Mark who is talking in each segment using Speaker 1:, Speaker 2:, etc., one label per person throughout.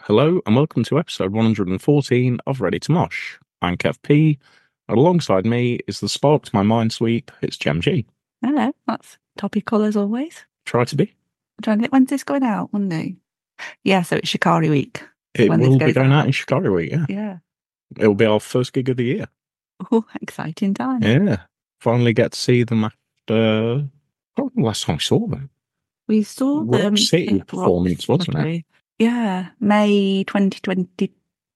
Speaker 1: Hello and welcome to episode 114 of Ready to Mosh. I'm Kev P, and alongside me is the spark to my mind sweep. It's Jam G.
Speaker 2: Hello, that's topical as always.
Speaker 1: Try to be.
Speaker 2: I'm trying to think when's this going out, Monday. Yeah, so it's Shikari week.
Speaker 1: It
Speaker 2: When this
Speaker 1: will be
Speaker 2: goes
Speaker 1: going
Speaker 2: out.
Speaker 1: out in Chicago week. Yeah,
Speaker 2: Yeah.
Speaker 1: it will be our first gig of the year.
Speaker 2: Oh, exciting time.
Speaker 1: Yeah, finally get to see them after. I can't remember the last time I saw them.
Speaker 2: We saw
Speaker 1: Rock
Speaker 2: them
Speaker 1: City
Speaker 2: in Rock
Speaker 1: performance, wasn't it?
Speaker 2: City. Yeah, May 2022.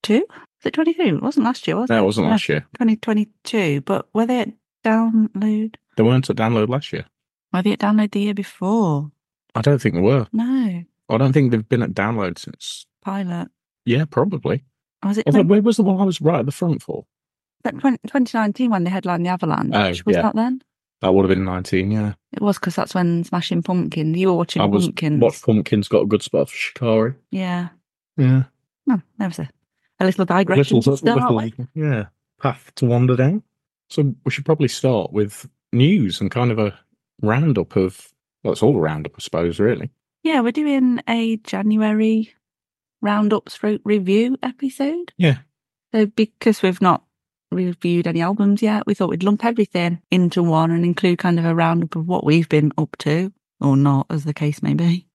Speaker 2: Was it 22? It wasn't last year, was
Speaker 1: No,
Speaker 2: it?
Speaker 1: it wasn't
Speaker 2: No,
Speaker 1: last year.
Speaker 2: 2022. But were they at download?
Speaker 1: They weren't at download last year.
Speaker 2: Were they at download the year before?
Speaker 1: I don't think they were.
Speaker 2: No,
Speaker 1: I don't think they've been at download since.
Speaker 2: pilot.
Speaker 1: Yeah, probably.
Speaker 2: Or Was it
Speaker 1: Although,
Speaker 2: 20,
Speaker 1: where was the one I was right at the front for?
Speaker 2: that 20 2019 when they headlined the Avalanche?
Speaker 1: Oh,
Speaker 2: was
Speaker 1: yeah.
Speaker 2: that then?
Speaker 1: That would have been 19, yeah.
Speaker 2: It was because that's when Smashing Pumpkin. You were watching
Speaker 1: I was
Speaker 2: Pumpkins.
Speaker 1: Watch Pumpkins got a good spot for Shikari.
Speaker 2: Yeah.
Speaker 1: Yeah.
Speaker 2: Oh, there was a, a little digression. to start with.
Speaker 1: yeah, path to wander down. So we should probably start with news and kind of a roundup of, well, it's all a roundup, I suppose, really.
Speaker 2: Yeah, we're doing a January roundup stroke review episode.
Speaker 1: Yeah.
Speaker 2: So because we've not reviewed any albums yet, we thought we'd lump everything into one and include kind of a roundup of what we've been up to or not, as the case may be.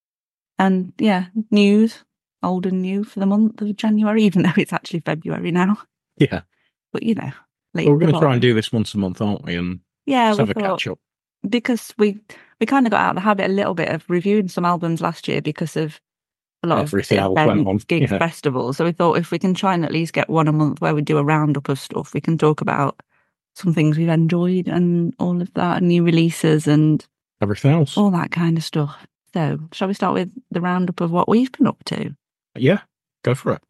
Speaker 2: And yeah, news, old and new for the month of January, even though it's actually February now.
Speaker 1: Yeah.
Speaker 2: But you know,
Speaker 1: But we're going to try and do this once a month, aren't we? And
Speaker 2: yeah,
Speaker 1: just
Speaker 2: we
Speaker 1: have a
Speaker 2: thought-
Speaker 1: catch up.
Speaker 2: because we we kind of got out of the habit a little bit of reviewing some albums last year because of a lot
Speaker 1: Everything
Speaker 2: of
Speaker 1: else went
Speaker 2: events,
Speaker 1: on,
Speaker 2: gigs,
Speaker 1: yeah.
Speaker 2: festivals. So we thought if we can try and at least get one a month where we do a roundup of stuff, we can talk about some things we've enjoyed and all of that, and new releases and
Speaker 1: Everything else.
Speaker 2: all that kind of stuff. So shall we start with the roundup of what we've been up to?
Speaker 1: Yeah, go for it.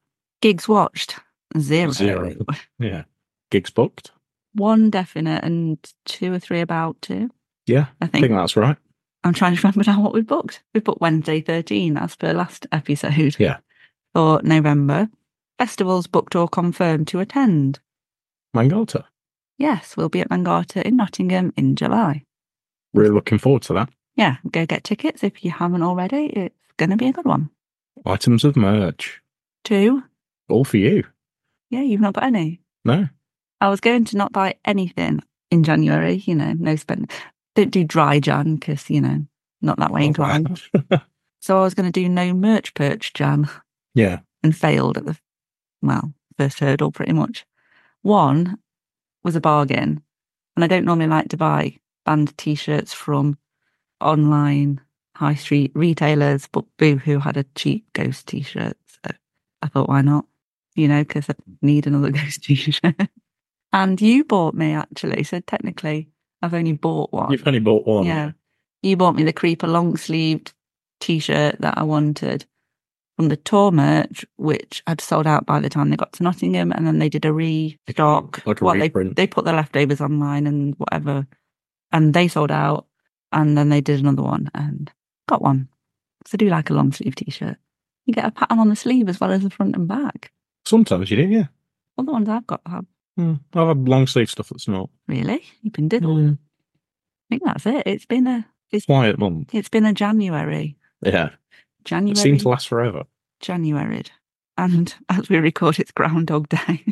Speaker 2: Gigs watched zero,
Speaker 1: Zero. Yeah. Gigs booked.
Speaker 2: one definite and two or three about to.
Speaker 1: Yeah,
Speaker 2: I
Speaker 1: I
Speaker 2: think.
Speaker 1: think that's right.
Speaker 2: I'm trying to remember now what we booked. We booked Wednesday 13 as per last episode.
Speaker 1: Yeah.
Speaker 2: For November. Festivals booked or confirmed to attend.
Speaker 1: Mangata.
Speaker 2: Yes, we'll be at Mangata in Nottingham in July.
Speaker 1: Really looking forward to that.
Speaker 2: Yeah, go get tickets if you haven't already. It's going to be a good one.
Speaker 1: Items of merch.
Speaker 2: Two.
Speaker 1: All for you.
Speaker 2: Yeah, you've not got any.
Speaker 1: No.
Speaker 2: I was going to not buy anything in January, you know, no spend. Don't do dry Jan because, you know, not that way inclined. So I was going to do no merch perch Jan.
Speaker 1: yeah.
Speaker 2: and failed at the well first hurdle pretty much. One was a bargain, and I don't normally like to buy band T-shirts from online high street retailers, but Boohoo had a cheap ghost T-shirt, so I thought why not? You know, because I need another ghost T-shirt. and you bought me actually, so technically I've only bought one.
Speaker 1: You've only bought one.
Speaker 2: Yeah. You bought me the creeper long sleeved t shirt that I wanted from the tour merch, which had sold out by the time they got to Nottingham. And then they did a restock.
Speaker 1: Like a
Speaker 2: Well, they,
Speaker 1: reprint.
Speaker 2: they put the leftovers online and whatever. And they sold out. And then they did another one and got one. So I do like a long sleeve t shirt. You get a pattern on the sleeve as well as the front and back.
Speaker 1: Sometimes you do, yeah.
Speaker 2: All the ones I've got have.
Speaker 1: Mm. I've had long sleeve stuff that's not.
Speaker 2: Really? You've been diddled.
Speaker 1: Mm.
Speaker 2: I think that's it. It's been a
Speaker 1: Quiet month.
Speaker 2: it's been a January.
Speaker 1: Yeah.
Speaker 2: January.
Speaker 1: It seemed to last forever.
Speaker 2: January. And as we record, it's Groundhog Day.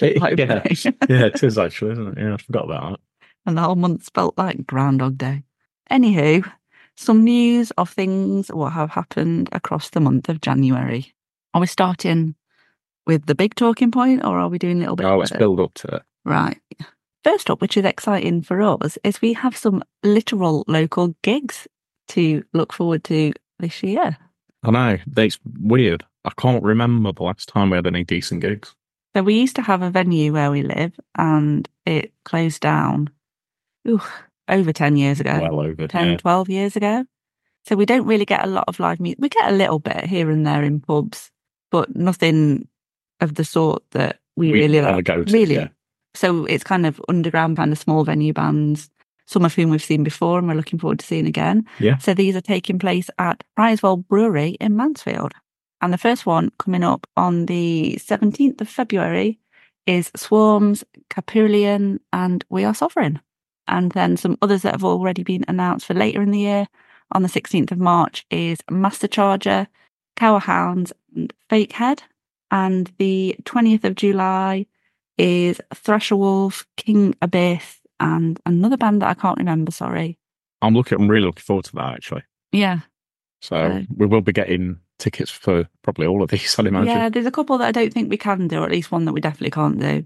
Speaker 2: Like,
Speaker 1: yeah. yeah, it is actually, isn't it? Yeah, I forgot about that.
Speaker 2: and the whole month's felt like Groundhog Day. Anywho, some news of things what have happened across the month of January. Are we starting with the big talking point or are we doing a little bit?
Speaker 1: Oh, let's
Speaker 2: further?
Speaker 1: build up to it.
Speaker 2: Right. First up, which is exciting for us, is we have some literal local gigs to look forward to this year.
Speaker 1: I know. It's weird. I can't remember the last time we had any decent gigs.
Speaker 2: So we used to have a venue where we live and it closed down ooh, over 10 years ago,
Speaker 1: well over.
Speaker 2: 10,
Speaker 1: Yeah.
Speaker 2: 12 years ago. So we don't really get a lot of live music. We get a little bit here and there in pubs, but nothing of the sort that we, really
Speaker 1: wanna
Speaker 2: like.
Speaker 1: go to,
Speaker 2: really.
Speaker 1: yeah.
Speaker 2: So it's kind of underground kind of small venue bands, some of whom we've seen before and we're looking forward to seeing again.
Speaker 1: Yeah.
Speaker 2: So these are taking place at Risewell Brewery in Mansfield. And the first one coming up on the 17th of February is Swarms, Capulian, and We Are Sovereign. And then some others that have already been announced for later in the year on the 16th of March is Master Charger, Cow Hounds, and Fakehead. And the 20th of July is Thresher Wolf, King Abyss, and another band that I can't remember, sorry.
Speaker 1: I'm looking. I'm really looking forward to that actually.
Speaker 2: Yeah.
Speaker 1: So
Speaker 2: Okay.
Speaker 1: we will be getting tickets for probably all of these, I'd imagine.
Speaker 2: Yeah, there's a couple that I don't think we can do, or at least one that we definitely can't do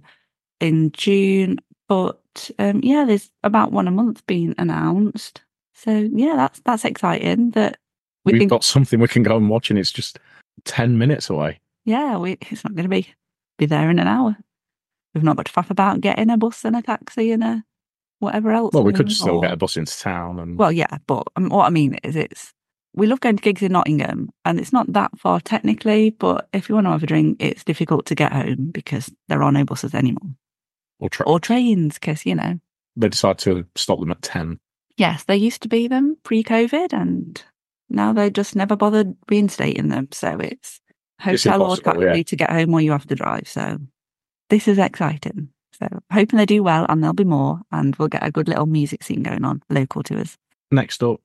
Speaker 2: in June. But um, yeah, there's about one a month being announced. So yeah, that's that's exciting that we
Speaker 1: We've
Speaker 2: think.
Speaker 1: got something we can go and watch, and it's just ten minutes away.
Speaker 2: yeah, we, it's not going to be be there in an hour. We've not got to faff about getting a bus and a taxi and a whatever else.
Speaker 1: Well, we could
Speaker 2: and-
Speaker 1: still
Speaker 2: or-
Speaker 1: get a bus into town, and
Speaker 2: Well, yeah, but um, what I mean is, it's we love going to gigs in Nottingham, and it's not that far technically. But if you want to have a drink, it's difficult to get home because there are no buses anymore
Speaker 1: or tra-
Speaker 2: or trains. Because you know,
Speaker 1: they decide to stop them at ten.
Speaker 2: yes, there used to be them pre-COVID, and now they just never bothered reinstating them. So
Speaker 1: It's
Speaker 2: it's hotel or
Speaker 1: impossible,
Speaker 2: taxi to get home, or you have to drive. So this is exciting. So hoping they do well, and there'll be more, and we'll get a good little music scene going on local to us.
Speaker 1: Next up,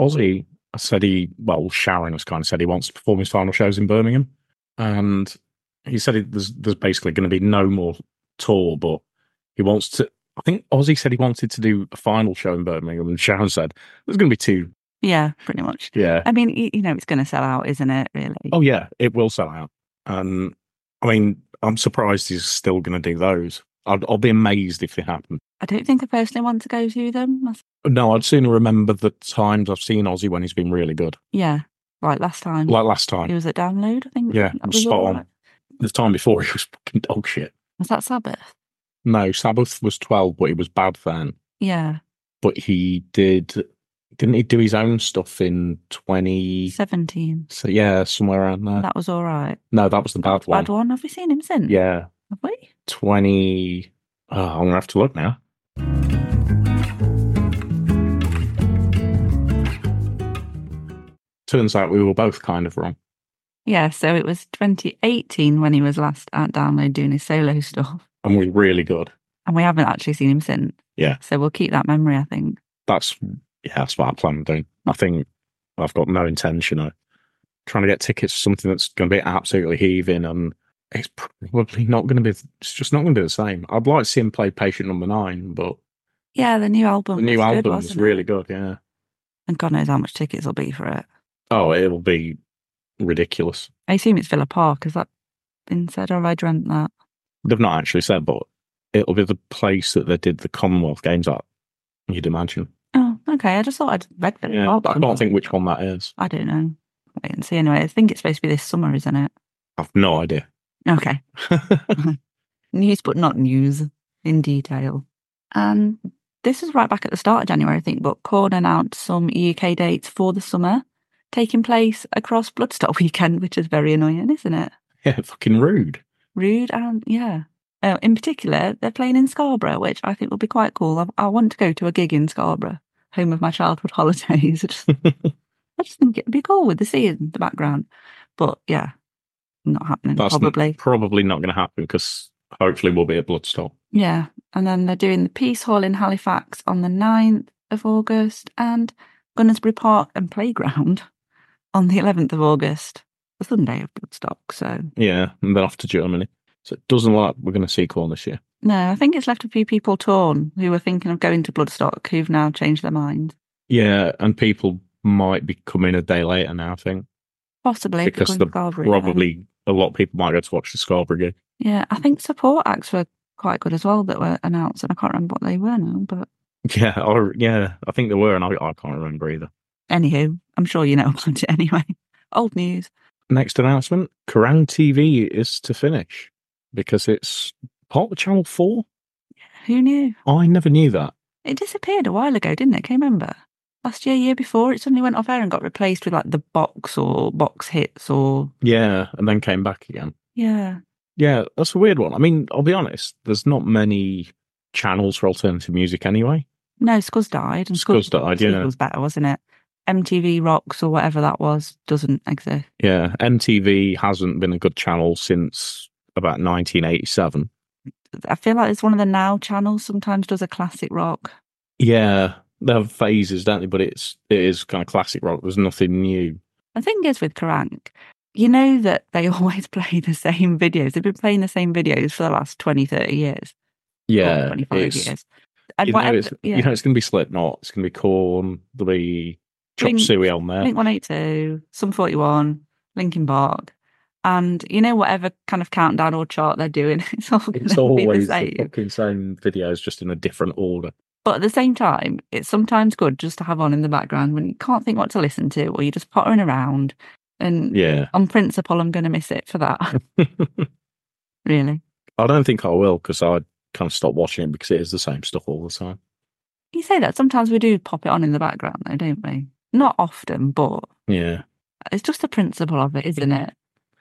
Speaker 1: Ozzy said he, well, Sharon has kind of said he wants to perform his final shows in Birmingham. And he said he, there's, there's basically going to be no more tour, but he wants to. I think Ozzy said he wanted to do a final show in Birmingham, and Sharon said there's going to be two.
Speaker 2: Yeah, pretty much.
Speaker 1: Yeah.
Speaker 2: I mean, y- you know, it's going to sell out, isn't it? Really?
Speaker 1: Oh, yeah, it will sell out. And I mean, I'm surprised he's still going to do those. I'd, I'll be amazed if they happen.
Speaker 2: I don't think I personally want to go to them. I th-
Speaker 1: No, I'd sooner remember the times I've seen Ozzy when he's been really good,
Speaker 2: Yeah, like last time
Speaker 1: like last
Speaker 2: it
Speaker 1: time.
Speaker 2: was at Download, I think.
Speaker 1: Yeah,
Speaker 2: That
Speaker 1: I'm
Speaker 2: was
Speaker 1: spot
Speaker 2: all
Speaker 1: on.
Speaker 2: right.
Speaker 1: The time before he was fucking dog shit.
Speaker 2: Was that Sabbath?
Speaker 1: No, Sabbath was 12, but he was bad then.
Speaker 2: Yeah,
Speaker 1: But he did, didn't he do his own stuff in 20?
Speaker 2: seventeen.
Speaker 1: So, yeah, somewhere around there.
Speaker 2: That was all right.
Speaker 1: no, that was the Uh, bad one.
Speaker 2: Bad one. Have we seen him since?
Speaker 1: Yeah,
Speaker 2: have we?
Speaker 1: 20. Oh, I'm going to have to look now. Turns out we were both kind of wrong.
Speaker 2: Yeah. So it was 2018 when he was last at Download doing his solo stuff,
Speaker 1: And we're really good.
Speaker 2: and we haven't actually seen him since.
Speaker 1: Yeah.
Speaker 2: So we'll keep that memory, I think.
Speaker 1: That's, yeah, that's what I plan on doing. I think I've got no intention of trying to get tickets for something that's going to be absolutely heaving and it's probably not going to be, it's just not going to be the same. I'd like to see him play Patient Number Nine, but
Speaker 2: Yeah, the new album.
Speaker 1: the new
Speaker 2: was Oh, good,
Speaker 1: album is
Speaker 2: wasn't it?
Speaker 1: really good. Yeah.
Speaker 2: And God knows how much tickets will be for it.
Speaker 1: Oh, it'll be ridiculous.
Speaker 2: I assume it's Villa Park. Has that been said, or have I dreamt that?
Speaker 1: They've not actually said, but it'll be the place that they did the Commonwealth Games at, you'd imagine.
Speaker 2: Oh, okay. I just thought I'd read that.
Speaker 1: Yeah. I can't think which one that is.
Speaker 2: I don't know. Wait and see. Anyway, I think it's supposed to be this summer, isn't it?
Speaker 1: I've no idea.
Speaker 2: Okay. News, but not news in detail. And this is right back at the start of January, I think, but Korn announced some UK dates for the summer taking place across Bloodstock weekend, which is very annoying, isn't it?
Speaker 1: yeah, fucking rude.
Speaker 2: Rude and, yeah. Oh, in particular, they're playing in Scarborough, which I think will be quite cool. I, I want to go to a gig in Scarborough, home of my childhood holidays. I just I just think it'd be cool with the sea in the background. But yeah, not happening
Speaker 1: That's n-
Speaker 2: probably.
Speaker 1: probably not going to happen because hopefully we'll be at Bloodstock.
Speaker 2: Yeah. And then they're doing the Peace Hall in Halifax on the 9th of August and Gunnersbury Park and Playground on the 11th of August, the Sunday of Bloodstock. So
Speaker 1: Yeah, and then off to Germany. So it doesn't look like we're going to see Corn this year.
Speaker 2: no, I think it's left a few people torn who were thinking of going to Bloodstock who've now changed their mind.
Speaker 1: Yeah, and people might be coming a day later now, I think.
Speaker 2: Possibly if they're
Speaker 1: Because
Speaker 2: going to
Speaker 1: the
Speaker 2: Scarborough, yeah.
Speaker 1: Probably a lot of people might go to watch the Scarborough game.
Speaker 2: Yeah, I think support acts were quite good as well that were announced, and I can't remember what they were now, but
Speaker 1: Yeah, I, yeah, I think there were, and I, I can't remember either.
Speaker 2: Anywho, I'm sure you know about it anyway. Old news.
Speaker 1: Next announcement Kerrang TV is to finish because it's part of Channel 4.
Speaker 2: Who knew?
Speaker 1: I never knew that.
Speaker 2: It disappeared a while ago, didn't it? Can you remember? Last year, year before, it suddenly went off air and got replaced with like the box or box hits or
Speaker 1: Yeah, and then came back again.
Speaker 2: yeah,
Speaker 1: Yeah, that's a weird one. I mean, I'll be honest, there's not many channels for alternative music anyway.
Speaker 2: no, Scuzz died and
Speaker 1: Scuzz died, yeah.
Speaker 2: was better, wasn't it? MTV Rocks or whatever that was doesn't exist.
Speaker 1: Yeah, MTV hasn't been a good channel since about 1987.
Speaker 2: I feel like it's one of the now channels sometimes does a classic rock.
Speaker 1: Yeah, they have phases, don't they? But it's it is kind of classic rock. There's nothing new.
Speaker 2: The thing is with Karank, you know that they always play the same videos. They've been playing the same videos for the last 20, 30 years. or
Speaker 3: Yeah,
Speaker 2: 25
Speaker 3: it's,
Speaker 2: years. And
Speaker 1: you, know,
Speaker 2: whatever-
Speaker 1: it's,
Speaker 2: yeah,
Speaker 1: you know, it's going to be Slipknot. It's going to be Corn. There'll be Chop
Speaker 2: Blink-
Speaker 1: Suey on there.
Speaker 2: Blink 182, Sum 41, Linkin Park. And you know, whatever kind of countdown or chart they're doing, it's all going
Speaker 1: It's
Speaker 2: to be the
Speaker 1: always the
Speaker 2: same.
Speaker 1: fucking same videos, just in a different order.
Speaker 2: But at the same time, it's sometimes good just to have on in the background when you can't think what to listen to or you're just pottering around. And
Speaker 3: yeah.
Speaker 2: on principle, I'm going to miss it for that,
Speaker 1: I
Speaker 2: really.
Speaker 1: don't think I will because I kind of stopped watching it because it is the same stuff all the time.
Speaker 2: You say that sometimes we do pop it on in the background, though, don't we? Not often, but
Speaker 1: Yeah.
Speaker 2: it's just the principle of it, isn't it?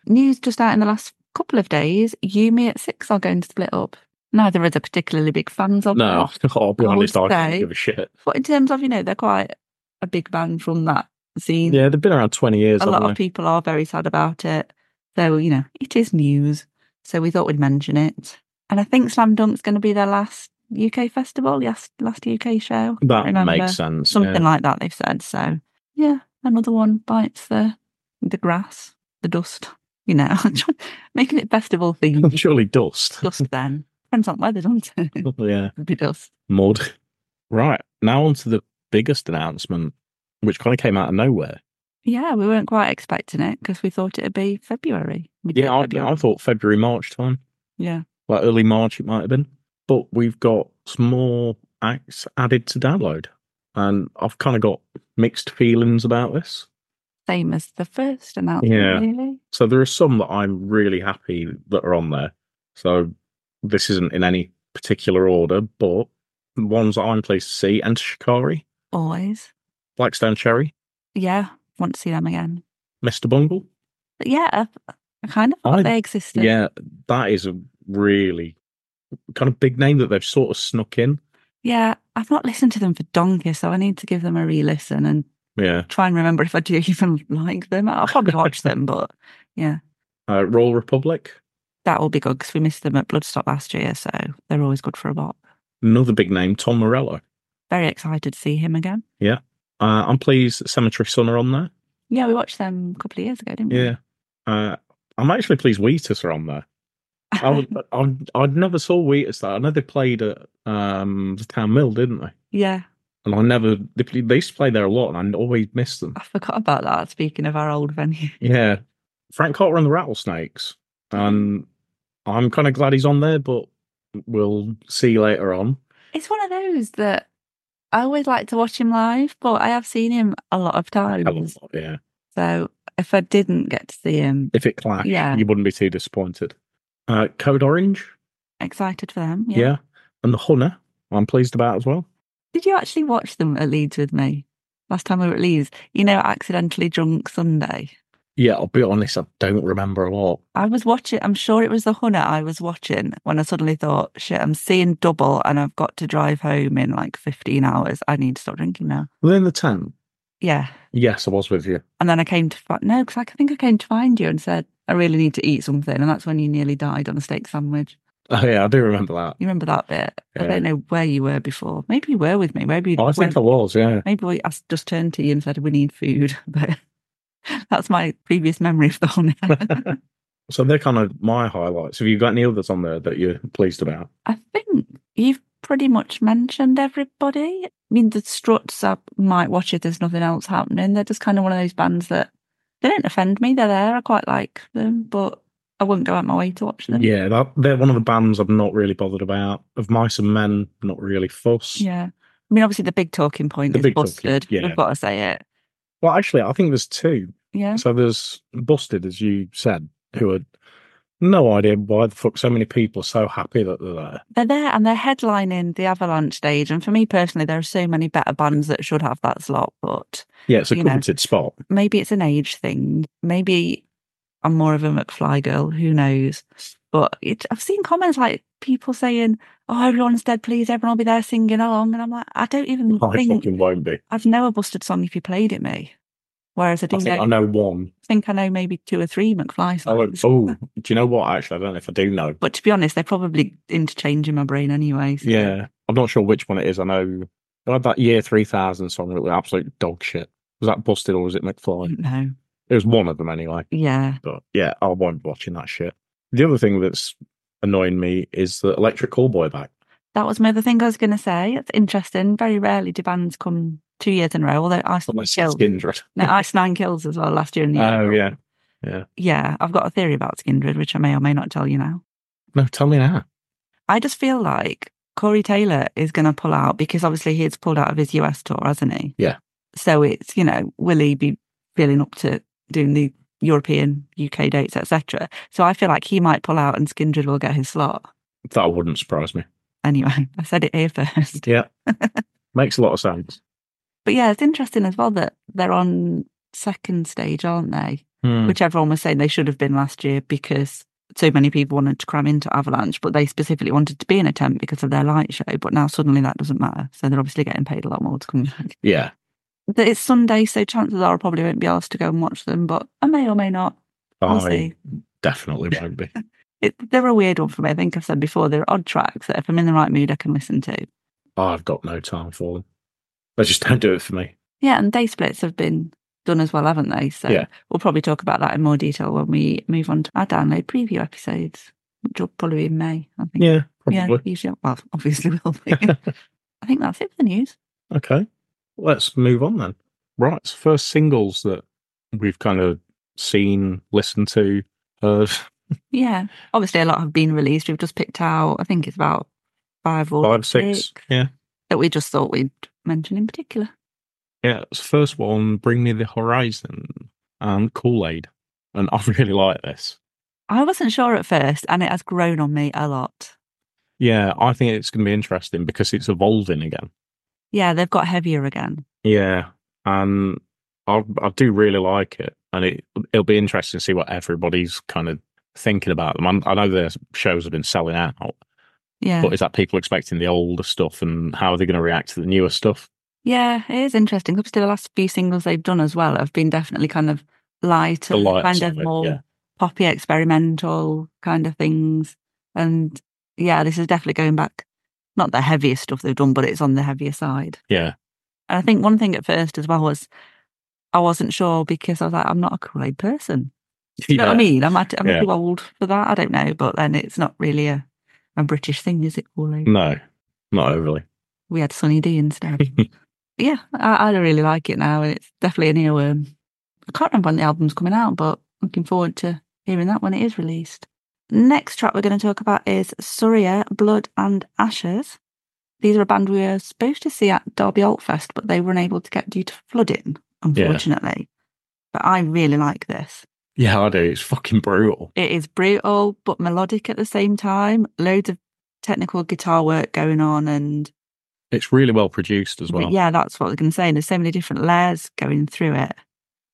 Speaker 2: News just out in the last couple of days Yumi at six are going to split up. Neither are they particularly big fans of them.
Speaker 1: No, I'll be
Speaker 2: I would
Speaker 1: honest, I
Speaker 2: say-
Speaker 1: don't give a shit.
Speaker 2: But in terms of, you know, they're quite a big band from that scene.
Speaker 1: Yeah, they've been around 20 years.
Speaker 2: a
Speaker 1: haven't
Speaker 2: lot of
Speaker 1: they?
Speaker 2: people are very sad about it. So, you know, it is news. So we thought we'd mention it. And I think Slam Dunk's going to be their last UK festival, yes, last UK show.
Speaker 1: That
Speaker 2: remember.
Speaker 1: makes sense.
Speaker 2: Something
Speaker 1: yeah.
Speaker 2: like that, they've said. So, yeah, another one bites the the grass, the dust, you know, making it festival themed.
Speaker 1: Surely dust.
Speaker 2: dust then. Depends on weather, doesn't it? It'll
Speaker 1: yeah.
Speaker 2: be dust.
Speaker 1: Mud. Right. Now on to the biggest announcement, which kind of came out of nowhere.
Speaker 2: Yeah, we weren't quite expecting it because we thought it'd be February.
Speaker 1: Yeah, I,
Speaker 2: February.
Speaker 1: I thought February, March time,
Speaker 2: Yeah.
Speaker 1: like early March it might have been. But we've got some more acts added to download. And I've kind of got mixed feelings about this.
Speaker 2: Same as the first announcement,
Speaker 1: Yeah.
Speaker 2: really.
Speaker 1: So there are some that I'm really happy that are on there. So this isn't in any particular order, but the ones that I'm pleased to see Enter Shikari,
Speaker 2: Always.
Speaker 1: Blackstone Cherry,
Speaker 2: Yeah. Want to see them again.
Speaker 1: Mr. Bungle.
Speaker 2: But yeah, I, I kind of thought
Speaker 1: I-
Speaker 2: they existed.
Speaker 1: Yeah, that is a really kind of big name that they've sort of snuck in.
Speaker 2: Yeah, I've not listened to them for donkey, so I need to give them a re listen and
Speaker 1: Yeah.
Speaker 2: try and remember if I do even like them. I'll probably watch them, but yeah,
Speaker 1: Uh, Royal Republic,
Speaker 2: that will be good because we missed them at Bloodstock last year, so they're always good for a bop.
Speaker 1: another big name, Tom Morello.
Speaker 2: Very excited to see him again.
Speaker 1: Uh, I'm pleased that Cemetery Sun are on there.
Speaker 2: Yeah, we watched them a couple of years ago, didn't we?
Speaker 1: Yeah. Uh, I'm actually pleased Wheatus are on there. I would, I I never saw Wheatus there. I know they played at um, the Town Mill, didn't they?
Speaker 2: yeah,
Speaker 1: And I never they, play, they used to play there a lot, and I always missed them.
Speaker 2: I forgot about that. Speaking of our old venue,
Speaker 1: Yeah, Frank Carter and the Rattlesnakes, and I'm kind of glad he's on there, but we'll see later on.
Speaker 2: it's one of those that I always like to watch him live, but I have seen him a lot of times.
Speaker 1: Yeah,
Speaker 2: So if I didn't get to see him,
Speaker 1: if it clashed,
Speaker 2: Yeah.
Speaker 1: you wouldn't be too disappointed. Uh, Code Orange,
Speaker 2: excited for them.
Speaker 1: yeah.
Speaker 2: Yeah.
Speaker 1: and the Hunter, I'm pleased about as well.
Speaker 2: Did you actually watch them at Leeds with me last time we were at Leeds? You know, accidentally drunk Sunday.
Speaker 1: Yeah, I'll be honest, I don't remember a lot.
Speaker 2: I was watching. I'm sure it was the Hunter I was watching when I suddenly thought, "Shit, I'm seeing double, and I've got to drive home in like 15 hours. I need to stop drinking now."
Speaker 1: Within the tent,
Speaker 2: Yeah.
Speaker 1: yes, I was with you.
Speaker 2: And then I came to find no, because I think I came to find you and said, "I really need to eat something," and that's when you nearly died on a steak sandwich.
Speaker 1: Oh yeah, I do remember that.
Speaker 2: You remember that bit? I
Speaker 1: Yeah.
Speaker 2: don't know where you were before. Maybe you were with me. Maybe you
Speaker 1: I think
Speaker 2: went
Speaker 1: I was, yeah.
Speaker 2: Maybe we, I s- just turned to you and said, we need food. But that's my previous memory of the Honor.
Speaker 1: So they're kind of my highlights. Have you got any others on there that you're pleased about?
Speaker 2: I think you've pretty much mentioned everybody. I mean, the Struts, I might watch if there's nothing else happening. They're just kind of one of those bands that they don't offend me. They're there. I quite like them, but I wouldn't go out my way to watch them.
Speaker 1: Yeah, that, they're one of the bands I'm not really bothered about. Of Mice and Men, not really fussed.
Speaker 2: Yeah. I mean, obviously, the big talking point
Speaker 1: The
Speaker 2: is
Speaker 1: big talking-
Speaker 2: busted.
Speaker 1: yeah.
Speaker 2: I've got to say it.
Speaker 1: Well, actually, I think there's two.
Speaker 2: Yeah.
Speaker 1: So there's Busted, as you said, who had no idea why the fuck so many people are so happy that they're there.
Speaker 2: They're there and they're headlining the Avalanche stage. And for me personally, there are so many better bands that should have that slot, but
Speaker 1: Yeah, it's a
Speaker 2: You know.
Speaker 1: coveted spot.
Speaker 2: maybe it's an age thing. Maybe I'm more of a McFly girl. Who knows? But it, I've seen comments like people saying, "Oh, everyone's dead. Please, everyone will be there singing along." And I'm like, I don't even
Speaker 1: Oh, I
Speaker 2: think
Speaker 1: fucking won't be.
Speaker 2: I'd know a busted song if you played it me. Whereas I
Speaker 1: I
Speaker 2: do
Speaker 1: think I
Speaker 2: know,
Speaker 1: know one.
Speaker 2: think I know maybe two or three McFly
Speaker 1: I won't-
Speaker 2: songs.
Speaker 1: oh, do you know what? Actually, I don't know if I do know.
Speaker 2: But to be honest, they're probably interchanged in my brain anyway. so-
Speaker 1: Yeah, I'm not sure which one it is. I know I had that year 3000 song that was absolute dog shit. Was that Busted or was it
Speaker 2: I
Speaker 1: McFly?
Speaker 2: don't know.
Speaker 1: It was one of them anyway.
Speaker 2: Yeah.
Speaker 1: But yeah, I won't be watching that shit. The other thing that's annoying me is the Electric Callboy back.
Speaker 2: That was my other thing I was going to say. It's interesting. Very rarely do bands come two years in a row, although Ice Nine
Speaker 1: Unless
Speaker 2: kills.
Speaker 1: it's Kindred.
Speaker 2: No, Ice Nine kills as well last year in the
Speaker 1: Oh
Speaker 2: year.
Speaker 1: yeah.
Speaker 2: Yeah, I've got a theory about Skindred, which I may or may not tell you now.
Speaker 1: No, tell me now.
Speaker 2: I just feel like Corey Taylor is going to pull out because obviously he's pulled out of his US tour, hasn't he?
Speaker 1: Yeah.
Speaker 2: So it's you know, will he be feeling up to doing the European, UK dates, etc. So I feel like he might pull out, and Skindred will get his slot.
Speaker 1: That wouldn't surprise me.
Speaker 2: Anyway, I said it here first.
Speaker 1: Yeah. Makes a lot of sense.
Speaker 2: But yeah, it's interesting as well that they're on second stage, aren't they?
Speaker 1: Hmm.
Speaker 2: Which everyone was saying they should have been last year because so many people wanted to cram into Avalanche, but they specifically wanted to be in a tent because of their light show. But now suddenly that doesn't matter. So they're obviously getting paid a lot more to come
Speaker 1: Hmm.
Speaker 2: back.
Speaker 1: Yeah.
Speaker 2: But It's Sunday, so chances are I probably won't be asked to go and watch them, but I may or may not. We'll
Speaker 1: I
Speaker 2: see.
Speaker 1: definitely won't be.
Speaker 2: It, they're a weird one for me. I think I've said before, they're odd tracks that if I'm in the right mood, I can listen to.
Speaker 1: I've got no time for them. They just don't do it for me.
Speaker 2: Yeah, and day splits have been done as well, haven't they? So
Speaker 1: Yeah.
Speaker 2: we'll probably talk about that in more detail when we move on to our download preview episodes, which will probably be in May, I think.
Speaker 1: Yeah,
Speaker 2: Yeah,
Speaker 1: probably.
Speaker 2: usually, well, obviously will be. I think that's it for the news.
Speaker 1: Okay. Let's move on then. Right. So first singles that we've kind of seen, listened to, heard.
Speaker 2: Yeah. Obviously, a lot have been released. We've just picked out, I think it's about five or
Speaker 1: Five, six. Yeah.
Speaker 2: that we just thought we'd mention in particular.
Speaker 1: Yeah. It's the first one, Bring Me the Horizon and Kool Aid. And I really like this.
Speaker 2: I wasn't sure at first, and it has grown on me a lot.
Speaker 1: Yeah. I think it's going to be interesting because it's evolving again.
Speaker 2: Yeah, they've got heavier again.
Speaker 1: Yeah. And I, I do really like it. And it, it'll be interesting to see what everybody's kind of thinking about them. i I know their shows have been selling out,
Speaker 2: Yeah.
Speaker 1: but is that people expecting the older stuff and how are they going to react to the newer stuff?
Speaker 2: Yeah, it is interesting. Obviously, the last few singles they've done as well have been definitely kind of light
Speaker 1: The
Speaker 2: and
Speaker 1: light
Speaker 2: kind
Speaker 1: side,
Speaker 2: of more
Speaker 1: yeah.
Speaker 2: poppy, experimental kind of things. And yeah, this is definitely going back, not the heaviest stuff they've done, but it's on the heavier side.
Speaker 1: Yeah.
Speaker 2: And I think one thing at first as well was I wasn't sure because I was like, I'm not a Kool Aid person. You know what I mean? I'm, at- I'm
Speaker 1: Yeah.
Speaker 2: too old for that. I don't know. But then it's not really a, a British thing, is it, Kool Aid?
Speaker 1: No, not overly.
Speaker 2: we had Sunny D instead. yeah, I, I really like it now, and it's definitely an earworm. I can't remember when the album's coming out, but looking forward to hearing that when it is released. Next track we're going to talk about is Surya, Blood and Ashes. These are a band we were supposed to see at Derby Altfest, but they were unable to get due to flooding, unfortunately. But I really like this.
Speaker 1: Yeah, I do. It's fucking brutal.
Speaker 2: It is brutal but melodic at the same time. Loads of technical guitar work going on and
Speaker 1: It's really well produced as
Speaker 2: But
Speaker 1: well.
Speaker 2: yeah, that's what I was going to say. And there's so many different layers going through it.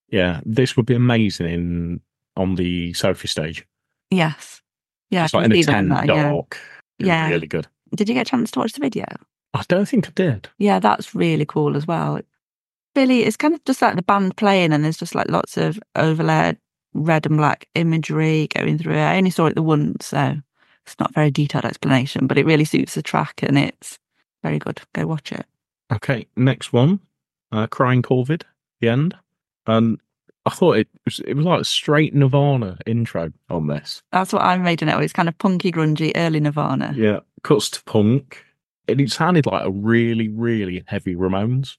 Speaker 1: Yeah, This would be amazing in on the Sophie stage.
Speaker 2: Yes. Yeah.
Speaker 1: it's
Speaker 2: I
Speaker 1: like
Speaker 2: can
Speaker 1: in a
Speaker 2: see them
Speaker 1: tent
Speaker 2: in that, yeah.
Speaker 1: dark. It's
Speaker 2: Yeah.
Speaker 1: Really good.
Speaker 2: Did you get a chance to watch the video?
Speaker 1: I don't think I did.
Speaker 2: Yeah, that's really cool as well. Really, it's kind of just like the band playing, and there's just like lots of overlaid red and black imagery going through it. I only saw it the once, so it's not a very detailed explanation, but it really suits the track and it's very good. Go watch it.
Speaker 1: Okay, next one. Uh, Crying Corvid, the end. And I thought it was it was like a straight Nirvana intro on this.
Speaker 2: That's what I'm making it. It's kind of punky, grungy, early Nirvana.
Speaker 1: Yeah. Cuts to punk. And it sounded like a really, really heavy Ramones.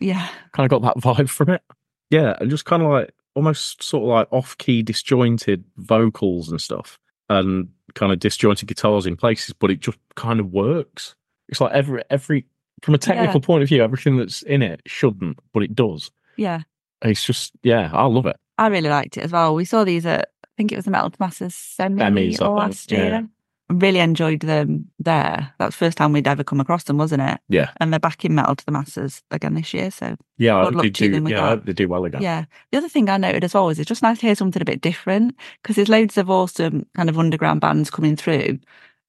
Speaker 2: yeah.
Speaker 1: kind of got that vibe from it. Yeah, and just kind of like almost sort of like off key, disjointed vocals and stuff, and kind of disjointed guitars in places, but it just kind of works. It's like every every from a technical point of view, everything that's in it shouldn't, but it does.
Speaker 2: Yeah.
Speaker 1: It's just yeah, I love it.
Speaker 2: I really liked it as well. We saw these at, I think it was the Metal Masters semi
Speaker 1: Semis, I think,
Speaker 2: last
Speaker 1: yeah.
Speaker 2: year. Really enjoyed them there. That was the first time we'd ever come across them, wasn't it?
Speaker 1: Yeah.
Speaker 2: And they're back in Metal to the Masters again this year. So,
Speaker 1: Yeah, I
Speaker 2: Good
Speaker 1: hope
Speaker 2: luck
Speaker 1: they
Speaker 2: to you
Speaker 1: do.
Speaker 2: then with
Speaker 1: Yeah, I
Speaker 2: that.
Speaker 1: hope they do well again.
Speaker 2: yeah. The other thing I noted as well was it's just nice to hear something a bit different because there's loads of awesome kind of underground bands coming through.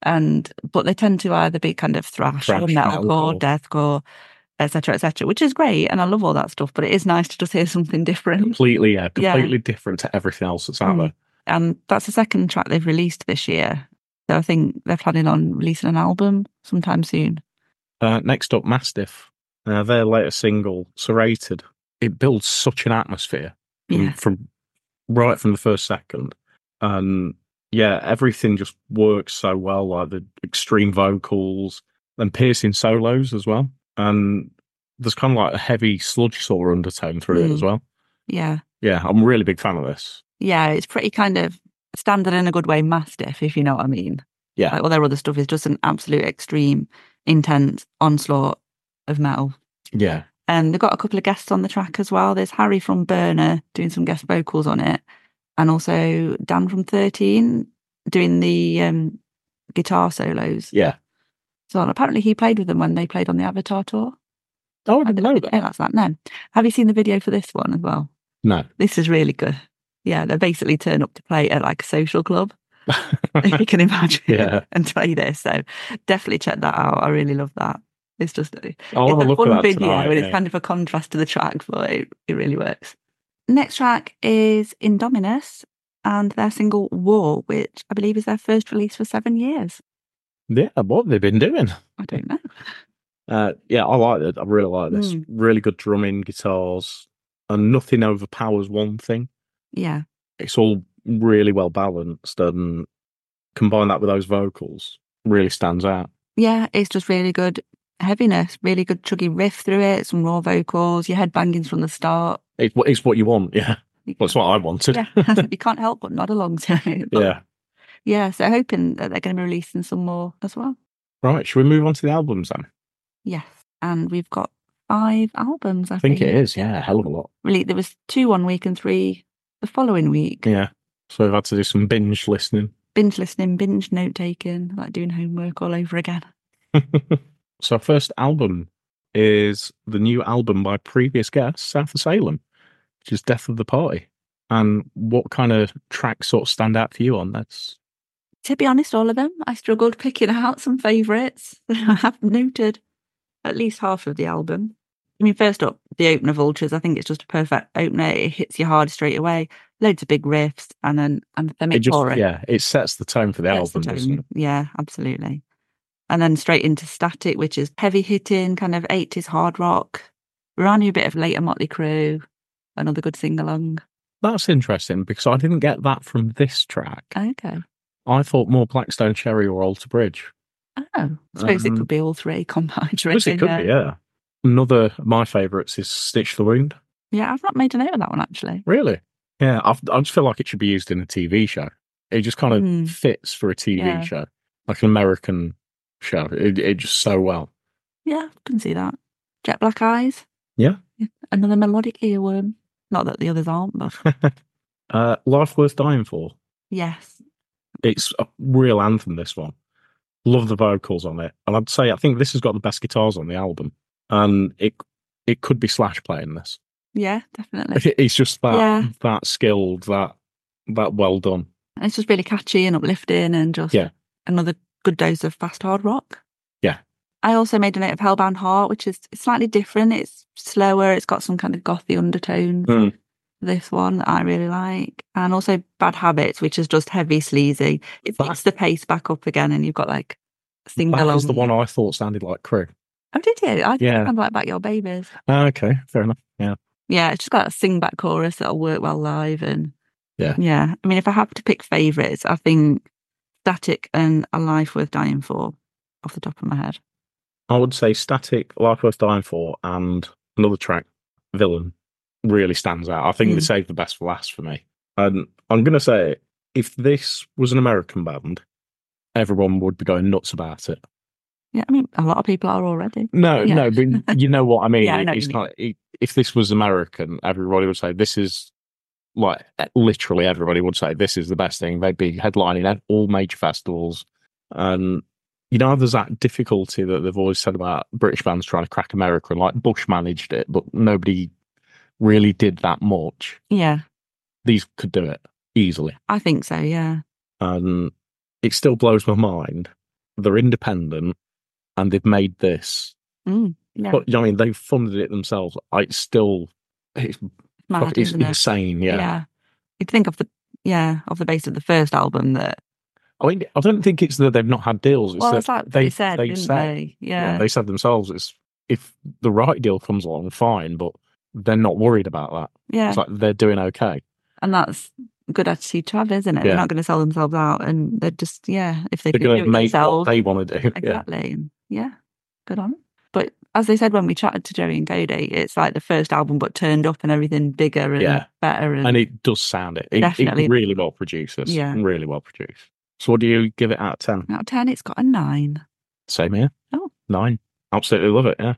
Speaker 2: And, but they tend to either be kind of thrash, or
Speaker 1: Thrash, metalcore.
Speaker 2: metalcore, deathcore, etc., etc., which is great. And I love all that stuff, but it is nice to just hear something different.
Speaker 1: Completely, yeah,
Speaker 2: Yeah.
Speaker 1: completely different to everything else that's out
Speaker 2: Mm.
Speaker 1: there.
Speaker 2: and that's the second track they've released this year. So I think they're planning on releasing an album sometime soon.
Speaker 1: Uh, next up, Mastiff. Uh, their latest single, Serrated. It builds such an atmosphere. from,
Speaker 2: Yeah.
Speaker 1: from right from the first second. And yeah, everything just works so well, like the extreme vocals and piercing solos as well. And there's kind of like a heavy sludge sort of undertone through it as
Speaker 2: Mm.
Speaker 1: well.
Speaker 2: Yeah.
Speaker 1: Yeah, I'm a really big fan of this.
Speaker 2: Yeah. It's pretty kind of standard in a good way, mastiff, if you know what I mean.
Speaker 1: Yeah.
Speaker 2: Like all their other stuff is just an absolute extreme, intense onslaught of metal.
Speaker 1: Yeah.
Speaker 2: And they've got a couple of guests on the track as well. There's Harry from Burner doing some guest vocals on it, and also Dan from 13 doing the um, guitar solos.
Speaker 1: Yeah.
Speaker 2: So apparently he played with them when they played on the Avatar tour.
Speaker 1: Oh, I
Speaker 2: I
Speaker 1: didn't know
Speaker 2: didn't
Speaker 1: that.
Speaker 2: realise that. No. Have you seen the video for this one as well?
Speaker 1: No.
Speaker 2: This is really good. Yeah, they basically turn up to play at like a social club, if you can imagine,
Speaker 1: Yeah.
Speaker 2: and play this. So definitely check that out. I really love that. It's just
Speaker 1: I'll have
Speaker 2: it's
Speaker 1: a
Speaker 2: a
Speaker 1: look at
Speaker 2: fun
Speaker 1: that
Speaker 2: video
Speaker 1: tonight.
Speaker 2: and it's
Speaker 1: yeah.
Speaker 2: kind of a contrast to the track, but it, it really works. Next track is Indominus and their single War, which I believe is their first release for seven years.
Speaker 1: yeah, what have they been doing?
Speaker 2: I don't know.
Speaker 1: Uh, yeah, I like it. I really like this.
Speaker 2: Mm.
Speaker 1: Really good drumming, guitars, and nothing overpowers one thing.
Speaker 2: Yeah.
Speaker 1: It's all really well balanced, and combine that with those vocals, really stands out.
Speaker 2: Yeah, it's just really good heaviness, really good chuggy riff through it, some raw vocals, your head bangings from the start.
Speaker 1: It's what it's what you want. Yeah,
Speaker 2: You
Speaker 1: well, it's what I wanted.
Speaker 2: yeah, you can't help but nod along to it. But
Speaker 1: yeah.
Speaker 2: Yeah, so hoping that they're going to be releasing some more as well.
Speaker 1: Right. Should we move on to the albums then?
Speaker 2: Yes. And we've got five albums, I,
Speaker 1: I think it is. Yeah, hell of a lot.
Speaker 2: Really, there was two one week and three the following week.
Speaker 1: Yeah. So we've had to do some binge listening.
Speaker 2: Binge listening, binge note taking, like doing homework all over again.
Speaker 1: so our first album is the new album by previous guest South of Salem, which is Death of the Party. And what kind of tracks sort of stand out for you on this?
Speaker 2: To be honest, all of them, I struggled picking out some favourites. I have noted at least half of the album. I mean, first up, the opener Vultures. I think it's just a perfect opener. It hits you hard straight away. Loads of big riffs and an
Speaker 1: It
Speaker 2: anthemic
Speaker 1: just
Speaker 2: chorus.
Speaker 1: yeah, it sets the tone for the
Speaker 2: That's the
Speaker 1: album, doesn't
Speaker 2: tone.
Speaker 1: it?
Speaker 2: Yeah, absolutely. And then straight into static, which is heavy hitting, kind of 80s hard rock. Remind me a bit of later Motley Crue, another good sing along.
Speaker 1: That's interesting because I didn't get that from this track.
Speaker 2: Okay.
Speaker 1: I thought more Blackstone Cherry or Alter Bridge.
Speaker 2: Oh, I suppose it
Speaker 1: Um,
Speaker 2: could be all three combined.
Speaker 1: Which
Speaker 2: really,
Speaker 1: it could be, yeah. Another of my favourites is Stitch the Wound.
Speaker 2: Yeah, I've not made a note of that one actually.
Speaker 1: Really? Yeah, I've, I just feel like it should be used in a TV show. It just kind of
Speaker 2: Hmm.
Speaker 1: fits for a TV
Speaker 2: Yeah.
Speaker 1: show, like an American show. It, it just so well.
Speaker 2: Yeah, I can see that. Jet Black Eyes.
Speaker 1: Yeah.
Speaker 2: Another melodic earworm. Not that the others aren't, but
Speaker 1: Uh, Life worth dying for.
Speaker 2: yes.
Speaker 1: It's a real anthem. This one. Love the vocals on it, and I'd say I think this has got the best guitars on the album, and it it could be Slash playing this.
Speaker 2: Yeah, definitely.
Speaker 1: It's just that
Speaker 2: Yeah.
Speaker 1: that skilled, that that well done.
Speaker 2: And it's just really catchy and uplifting and just
Speaker 1: Yeah.
Speaker 2: another good dose of fast hard rock.
Speaker 1: Yeah.
Speaker 2: I also made a note of Hellbound Heart, which is it's slightly different. It's slower, it's got some kind of gothy undertones.
Speaker 1: Mm.
Speaker 2: This one that I really like. And also Bad Habits, which is just heavy, sleazy. It
Speaker 1: That-
Speaker 2: picks the pace back up again and you've got like sing
Speaker 1: That
Speaker 2: along.
Speaker 1: was the one I thought sounded like Crew.
Speaker 2: Oh, did you? I
Speaker 1: Yeah.
Speaker 2: kind of like about your babies.
Speaker 1: Okay, fair enough. Yeah.
Speaker 2: Yeah, it's just got a sing back chorus that'll work well live and
Speaker 1: Yeah.
Speaker 2: Yeah. I mean if I have to pick favourites, I think Static and A Life Worth Dying For off the top of my head.
Speaker 1: I would say Static, Life Worth Dying For, and another track, Villain, really stands out. I think they
Speaker 2: Mm.
Speaker 1: saved the best for last for me. And I'm going to say, if this was an American band, everyone would be going nuts about it.
Speaker 2: Yeah, I mean a lot of people are already.
Speaker 1: No,
Speaker 2: Yeah.
Speaker 1: no, but you know what I mean.
Speaker 2: Yeah, I know what
Speaker 1: it's
Speaker 2: you mean.
Speaker 1: not, it, if this was American, everybody would say, this is like literally everybody would say, this is the best thing. They'd be headlining at all major festivals. And, you know, there's that difficulty that they've always said about British bands trying to crack America and like Bush managed it, but nobody really did that much.
Speaker 2: Yeah,
Speaker 1: These could do it easily.
Speaker 2: I think so, yeah.
Speaker 1: And it still blows my mind. They're independent and they've made this
Speaker 2: Yeah.
Speaker 1: but you know, what I mean, they funded it themselves. I it's still, it's,
Speaker 2: mad,
Speaker 1: fuck- it's
Speaker 2: isn't it?
Speaker 1: insane. Yeah.
Speaker 2: You'd think of the yeah, of the base of the first album that
Speaker 1: I mean, I don't think it's that they've not had deals. It's
Speaker 2: well
Speaker 1: that
Speaker 2: it's like
Speaker 1: they,
Speaker 2: they said,
Speaker 1: they
Speaker 2: didn't
Speaker 1: said-
Speaker 2: they?
Speaker 1: yeah,
Speaker 2: Yeah.
Speaker 1: they said themselves, it's if the right deal comes along, fine, but they're not worried about that.
Speaker 2: Yeah.
Speaker 1: It's like they're doing okay.
Speaker 2: And that's a good attitude to have, isn't it?
Speaker 1: Yeah.
Speaker 2: They're not going to sell themselves out and they're just, yeah, if they
Speaker 1: They're
Speaker 2: could
Speaker 1: going
Speaker 2: do
Speaker 1: to
Speaker 2: it
Speaker 1: make what
Speaker 2: themselves.
Speaker 1: they want to do. Yeah.
Speaker 2: Exactly. And yeah, good on 'em. But as they said when we chatted to Joey and Cody, it's like the first album but turned up and everything bigger and
Speaker 1: Yeah.
Speaker 2: better. And,
Speaker 1: And it does sound it. It,
Speaker 2: Definitely.
Speaker 1: it really well produced. This.
Speaker 2: Yeah.
Speaker 1: Really well produced. So what do you give it out of 10?
Speaker 2: out of 10, it's got a nine.
Speaker 1: Same here.
Speaker 2: Oh.
Speaker 1: Nine. Absolutely love it. Yeah.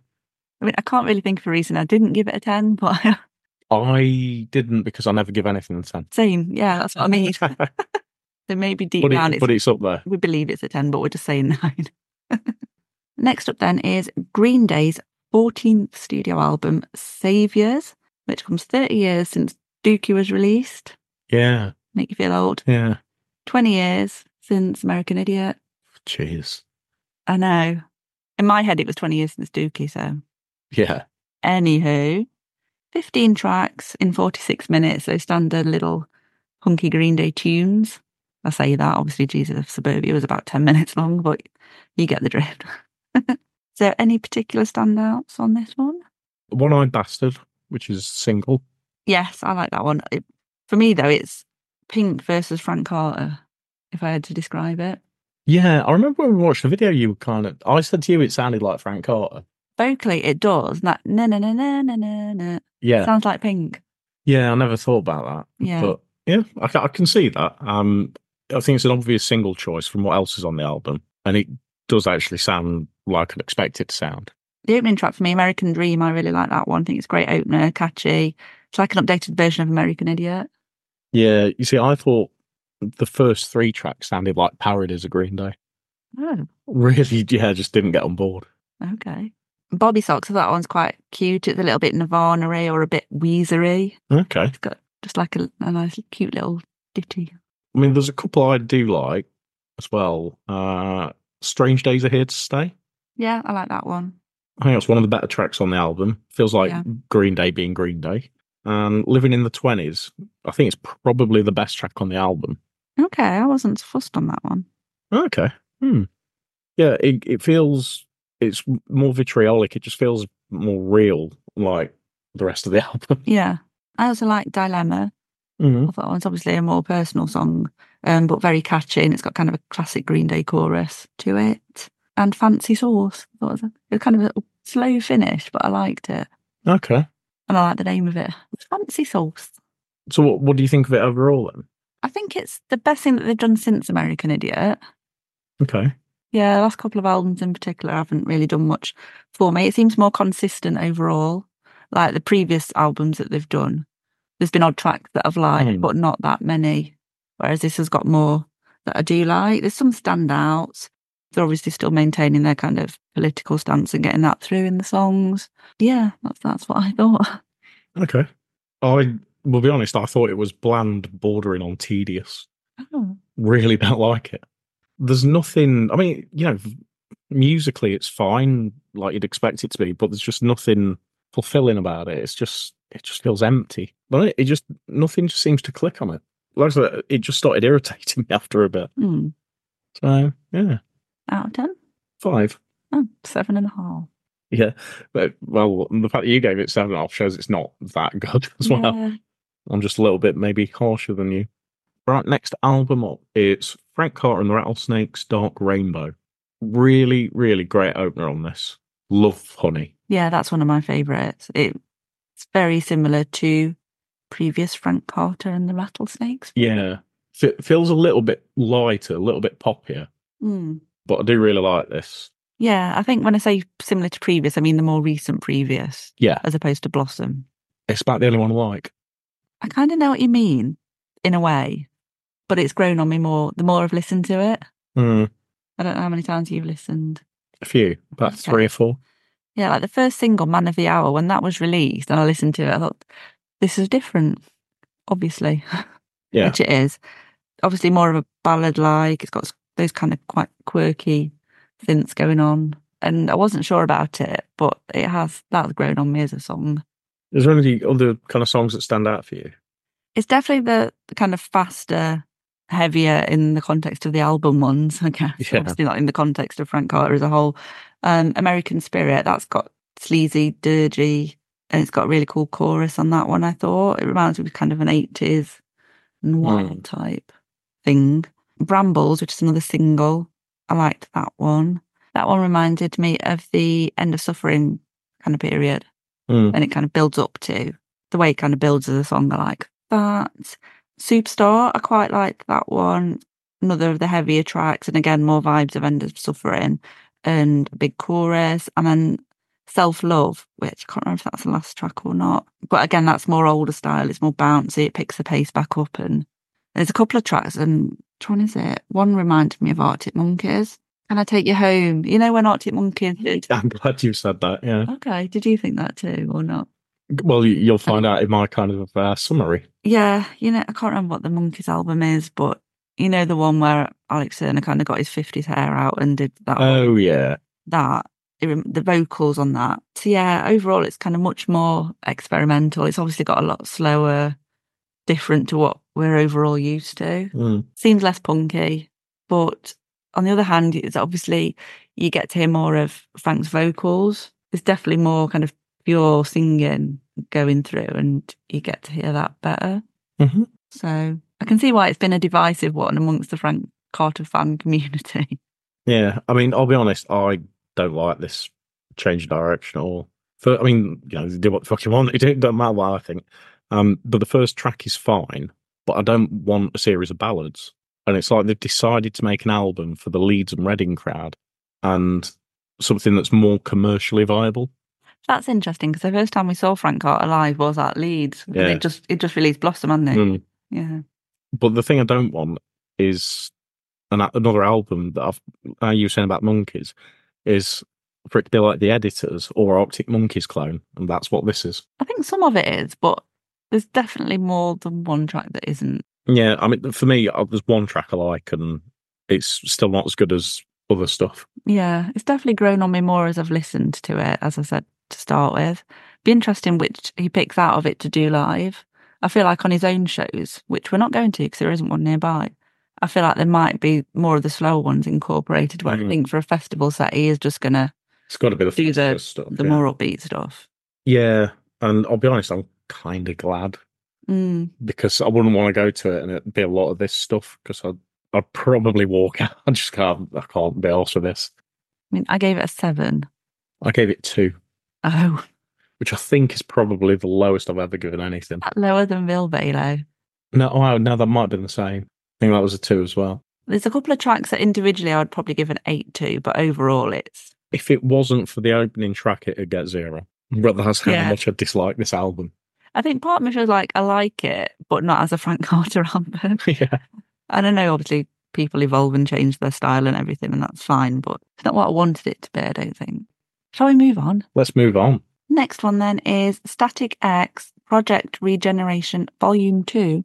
Speaker 2: I mean, I can't really think of a reason I didn't give it a 10, but
Speaker 1: I didn't because I never give anything a 10.
Speaker 2: same. Yeah, that's what I mean.
Speaker 1: but,
Speaker 2: So maybe deep down,
Speaker 1: it,
Speaker 2: it's
Speaker 1: but it's up there.
Speaker 2: we believe it's a 10, but we're just saying 9. Next up, then, is Green Day's 14th studio album, Saviors, which comes 30 years since Dookie was released.
Speaker 1: Yeah.
Speaker 2: Make you feel old.
Speaker 1: Yeah.
Speaker 2: 20 years since American Idiot.
Speaker 1: Cheers.
Speaker 2: I know. In my head, it was 20 years since Dookie, so.
Speaker 1: Yeah.
Speaker 2: Anywho, 15 tracks in 46 minutes, so standard little hunky Green Day tunes. I say that, obviously, Jesus of Suburbia was about 10 minutes long, but you get the drift. so, any particular standouts on this one?
Speaker 1: One Eyed Bastard, which is single.
Speaker 2: Yes, I like that one. It, for me, though, it's Pink versus Frank Carter, if I had to describe it.
Speaker 1: Yeah. I remember when we watched the video, you were kind of, I said to you, it sounded like Frank Carter.
Speaker 2: Vocally, it does. and That na na na na na na na
Speaker 1: Yeah.
Speaker 2: sounds like Pink.
Speaker 1: Yeah, I never thought about that.
Speaker 2: Yeah.
Speaker 1: But yeah, I, ca- I can see that. Um, I think it's an obvious single choice from what else is on the album, and it does actually sound like I'd expect it to sound.
Speaker 2: the opening track for me, American Dream, I really like that one. I think it's a great opener, catchy. It's like an updated version of American Idiot.
Speaker 1: Yeah, you see, I thought the first three tracks sounded like parodies of Green Day.
Speaker 2: Oh,
Speaker 1: Really, yeah, just didn't get on board.
Speaker 2: okay. Bobby Socks, that one's quite cute. It's a little bit Nirvana-y or a bit Weezery.
Speaker 1: Okay,
Speaker 2: It's got just like a, a nice, cute little ditty.
Speaker 1: I mean, there's a couple I do like as well. Uh, Strange Days Are Here to Stay.
Speaker 2: Yeah, I like that one.
Speaker 1: I think it's one of the better tracks on the album. Feels like
Speaker 2: Yeah.
Speaker 1: Green Day being Green Day. And Living in the 20s, I think it's probably the best track on the album.
Speaker 2: Okay, I wasn't fussed on that one.
Speaker 1: Okay. Hmm. Yeah, it, it feels, it's more vitriolic. It just feels more real, like the rest of the album.
Speaker 2: Yeah. I also like Dilemma.
Speaker 1: hmm
Speaker 2: I thought "Oh, it's obviously a more personal song, um, but very catchy and it's got kind of a classic Green Day chorus to it. And Fancy Sauce. I thought it was, a, it was kind of a slow finish, but I liked it.
Speaker 1: Okay.
Speaker 2: and I like the name of it. Fancy Sauce.
Speaker 1: So, what, what do you think of it overall then?
Speaker 2: I think it's the best thing that they've done since American Idiot.
Speaker 1: Okay.
Speaker 2: Yeah, the last couple of albums in particular haven't really done much for me. It seems more consistent overall. Like the previous albums that they've done, there's been odd tracks that I've liked,
Speaker 1: Mm.
Speaker 2: but not that many. Whereas this has got more that I do like. There's some standouts. They're obviously still maintaining their kind of political stance and getting that through in the songs. Yeah, that's that's what I thought.
Speaker 1: Okay. I will be honest, I thought it was bland, bordering on tedious.
Speaker 2: Oh,
Speaker 1: really don't like it. There's nothing. I mean, you know, musically it's fine, like you'd expect it to be, but there's just nothing fulfilling about it. It's just it just feels empty. But it, it just nothing just seems to click on it. Like I said, it just started irritating me after a bit.
Speaker 2: hmm.
Speaker 1: So yeah,
Speaker 2: out of ten.
Speaker 1: five.
Speaker 2: Oh, seven and a half.
Speaker 1: Yeah, but well, the fact that you gave it seven off shows it's not that good as well.
Speaker 2: Yeah.
Speaker 1: I'm just a little bit maybe harsher than you. Right, next album up it's Frank Carter and the Rattlesnakes Dark Rainbow. Really, really great opener on this. Love Honey.
Speaker 2: Yeah, that's one of my favourites. It, it's very similar to previous Frank Carter and the Rattlesnakes.
Speaker 1: Yeah. F- feels a little bit lighter, a little bit poppier,
Speaker 2: Mm.
Speaker 1: but I do really like this.
Speaker 2: Yeah, I think when I say similar to previous, I mean the more recent previous
Speaker 1: Yeah.
Speaker 2: as opposed to Blossom.
Speaker 1: It's about the only one I like.
Speaker 2: I kind of know what you mean in a way, but it's grown on me more the more I've listened to it.
Speaker 1: Mm,
Speaker 2: I don't know how many times you've listened.
Speaker 1: a few, about
Speaker 2: Okay.
Speaker 1: three or four.
Speaker 2: Yeah, like the first single, Man of the Hour, when that was released and I listened to it, I thought, this is different, obviously.
Speaker 1: Yeah.
Speaker 2: Which it is. Obviously, more of a ballad like. It's got s- those kind of quite quirky synths going on. And I wasn't sure about it, but it has, that's grown on me as a song.
Speaker 1: Is there any other kind of songs that stand out for you?
Speaker 2: It's definitely the the kind of faster, heavier in the context of the album ones, I guess.
Speaker 1: Yeah.
Speaker 2: Obviously, not in the context of Frank Carter as a whole. Um, American Spirit, that's got sleazy, dirgy, and it's got a really cool chorus on that one. I thought it reminds me of kind of an eighties noir
Speaker 1: Mm.
Speaker 2: type thing. Brambles, which is another single, I liked that one. That one reminded me of the End of Suffering kind of period,
Speaker 1: Mm.
Speaker 2: and it kind of builds up to the way it kind of builds as a song. I like that. Superstar, I quite liked that one. Another of the heavier tracks, and again more vibes of End of Suffering and a big chorus, and then Self Love, which I can't remember if that's the last track or not. But again, that's more older style. It's more bouncy. It picks the pace back up. And there's a couple of tracks. And which one is it? One reminded me of Arctic Monkeys. Can I take you home? You know when Arctic Monkeys did.
Speaker 1: I'm glad you said that. Yeah.
Speaker 2: Okay, did you think that too or not?
Speaker 1: Well, you- you'll find out in my kind of uh, summary.
Speaker 2: Yeah, you know I can't remember what the Monkeys album is, but you know the one where Alex Turner kind of got his fifties hair out and did that. one?
Speaker 1: Oh yeah.
Speaker 2: that it rem- the vocals on that so yeah overall it's kind of much more experimental it's obviously got a lot slower different to what we're overall used to
Speaker 1: Mm.
Speaker 2: seems less punky but on the other hand it's obviously you get to hear more of frank's vocals there's definitely more kind of pure singing going through and you get to hear that better
Speaker 1: Mhm.
Speaker 2: so i can see why it's been a divisive one amongst the frank carter fan community
Speaker 1: Yeah. I mean, I'll be honest. I don't like this change of direction at all. For I mean, you know, they do what the fuck you want. It don't, don't matter what I think. Um, but the first track is fine. But I don't want a series of ballads. And it's like they've decided to make an album for the Leeds and Reading crowd, and something that's more commercially viable.
Speaker 2: That's interesting because the first time we saw Frank Carter live was at Leeds. 'cause
Speaker 1: Yeah.
Speaker 2: It just it just released Blossom, hadn't it?
Speaker 1: Mm.
Speaker 2: Yeah.
Speaker 1: But the thing I don't want is an, another album that I've, uh, you were saying about monkeys is for it to be like the editors or Arctic Monkeys clone, and that's what this is.
Speaker 2: I think some of it is, but there's definitely more than one track that isn't.
Speaker 1: Yeah, I mean, for me, uh, there's one track I like, and it's still not as good as other stuff.
Speaker 2: Yeah. It's definitely grown on me more as I've listened to it, as I said to start with. Be interesting which he picks out of it to do live. I feel like on his own shows, which we're not going to because there isn't one nearby. I feel like there might be more of the slower ones incorporated. Where I
Speaker 1: Mhm.
Speaker 2: think for a festival set, he is just gonna
Speaker 1: It's got to be the
Speaker 2: Do the-
Speaker 1: first stuff.
Speaker 2: the
Speaker 1: yeah.
Speaker 2: more upbeat stuff.
Speaker 1: yeah, and I'll be honest, I'm kind of glad
Speaker 2: Mm.
Speaker 1: because I wouldn't want to go to it and it'd be a lot of this stuff because I'd, I'd probably walk out. I just can't, I can't be arsed with this.
Speaker 2: I mean, I gave it a seven.
Speaker 1: I gave it two.
Speaker 2: Oh,
Speaker 1: which I think is probably the lowest I've ever given anything.
Speaker 2: that lower than Vilvalo.
Speaker 1: No, oh, no, that might have been the same. I think that was a two as well.
Speaker 2: There's a couple of tracks that individually I'd probably give an eight to, but overall it's
Speaker 1: If it wasn't for the opening track, it would get zero. But that's how
Speaker 2: Yeah.
Speaker 1: much I dislike this album.
Speaker 2: I think part of me feels like I like it, but not as a Frank Carter album.
Speaker 1: yeah.
Speaker 2: I don't know, obviously people evolve and change their style and everything and that's fine, but it's not what I wanted it to be, I don't think. Shall we move on?
Speaker 1: Let's move on.
Speaker 2: Next one then is Static X Project Regeneration Volume 2,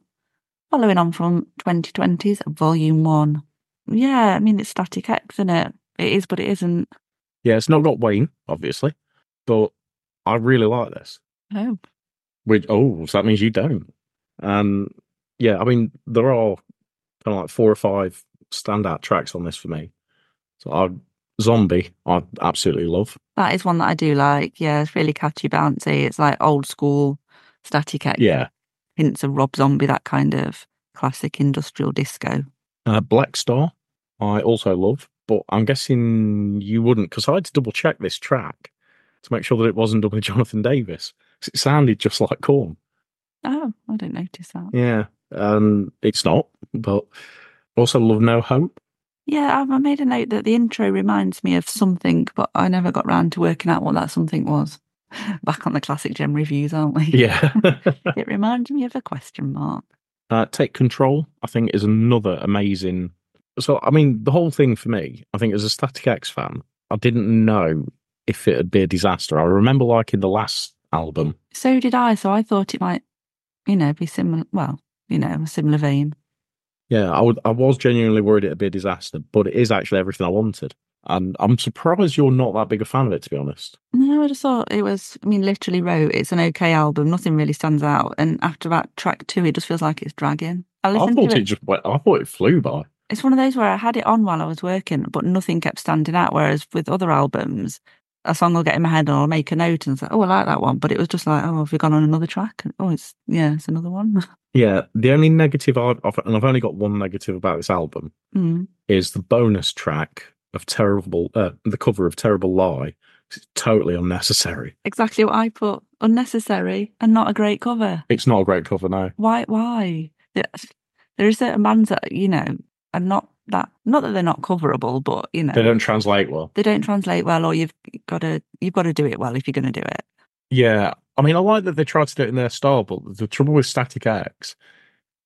Speaker 2: following on from 2020's Volume 1. Yeah, I mean, it's Static X, isn't it? It is, but it isn't.
Speaker 1: Yeah, it's not got Wayne, obviously, but I really like this.
Speaker 2: Oh.
Speaker 1: Which oh, so that means you don't. Um, yeah, I mean there are kind of like four or five standout tracks on this for me. So I Zombie, I absolutely love.
Speaker 2: That is one that I do like. Yeah, it's really catchy, bouncy. It's like old school Static X,
Speaker 1: Yeah.
Speaker 2: hints of Rob Zombie, that kind of classic industrial disco.
Speaker 1: Uh, Black Star, I also love, but I'm guessing you wouldn't because I had to double check this track to make sure that it wasn't done with Jonathan Davis. 'cause It sounded just like Corn.
Speaker 2: Oh, I didn't notice that.
Speaker 1: Yeah, um, it's not, but I also love No Hope.
Speaker 2: Yeah, I I made a note that the intro reminds me of something, but I never got round to working out what that something was. Back on the classic gem reviews, aren't we?
Speaker 1: Yeah,
Speaker 2: It reminds me of a question mark.
Speaker 1: uh, Take Control, I think, is another amazing. So, I mean, the whole thing for me, I think, as a Static X fan, I didn't know if it'd be a disaster. I remember liking the last album.
Speaker 2: So did I. So I thought it might, you know, be similar. Well, you know, a similar vein.
Speaker 1: Yeah, I would, I was genuinely worried it'd be a disaster, but it is actually everything I wanted. And I'm surprised you're not that big a fan of it, to be honest.
Speaker 2: No, I just thought it was. I mean, literally wrote it's an okay album. Nothing really stands out. And after about track two, it just feels like it's dragging. I
Speaker 1: I
Speaker 2: listened
Speaker 1: thought
Speaker 2: to
Speaker 1: it
Speaker 2: it.
Speaker 1: just went, I thought it flew by.
Speaker 2: It's one of those where I had it on while I was working, but nothing kept standing out. Whereas with other albums, a song will get in my head and I'll make a note and say, oh, I like that one. But it was just like, oh, have we gone on another track? And, oh, it's, yeah, it's another one.
Speaker 1: Yeah, the only negative I've, I've- and I've only got one negative about this album
Speaker 2: Mm.
Speaker 1: is the bonus track of terrible, uh, the cover of Terrible Lie. It's totally unnecessary.
Speaker 2: Exactly what I put. Unnecessary and not a great cover.
Speaker 1: It's not a great cover, no.
Speaker 2: Why? Why? There there are certain bands that, you know, are not that, not that they're not coverable, but, you know,
Speaker 1: They don't translate well.
Speaker 2: they don't translate well or you've got to, you've got to do it well if you're going to do it.
Speaker 1: Yeah, I mean, I like that they tried to do it in their style, but the trouble with Static X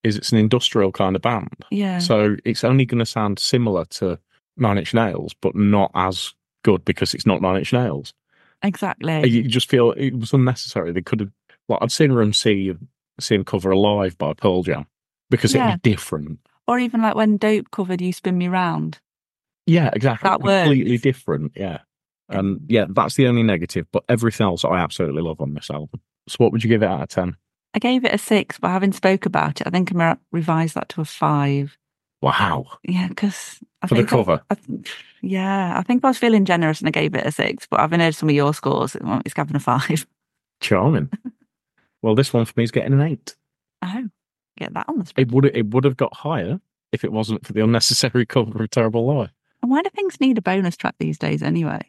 Speaker 1: is it's an industrial kind of band,
Speaker 2: Yeah.
Speaker 1: so it's only going to sound similar to Nine Inch Nails, but not as good because it's not Nine Inch Nails.
Speaker 2: exactly.
Speaker 1: You just feel it was unnecessary. They could have, like, I'd seen Room C, seen cover Alive by Pearl Jam because
Speaker 2: Yeah.
Speaker 1: it'd be different.
Speaker 2: or even like when Dope covered You Spin Me Round.
Speaker 1: Yeah, exactly.
Speaker 2: That works.
Speaker 1: Completely different. Yeah. And yeah, that's the only negative, but everything else I absolutely love on this album. So, what would you give it out of 10?
Speaker 2: I gave it a six, but having spoke about it, I think I'm going to revise that to a five.
Speaker 1: Wow.
Speaker 2: Yeah, because I
Speaker 1: For the
Speaker 2: think I-
Speaker 1: cover.
Speaker 2: I, th- yeah, I think I was feeling generous and I gave it a six, but having heard some of your scores, it- well, it's having a five.
Speaker 1: Charming. well, this one for me is getting an eight.
Speaker 2: Oh, get that on the spread.
Speaker 1: It would it would have got higher if it wasn't for the unnecessary cover of Terrible Lie.
Speaker 2: And why do things need a bonus track these days anyway?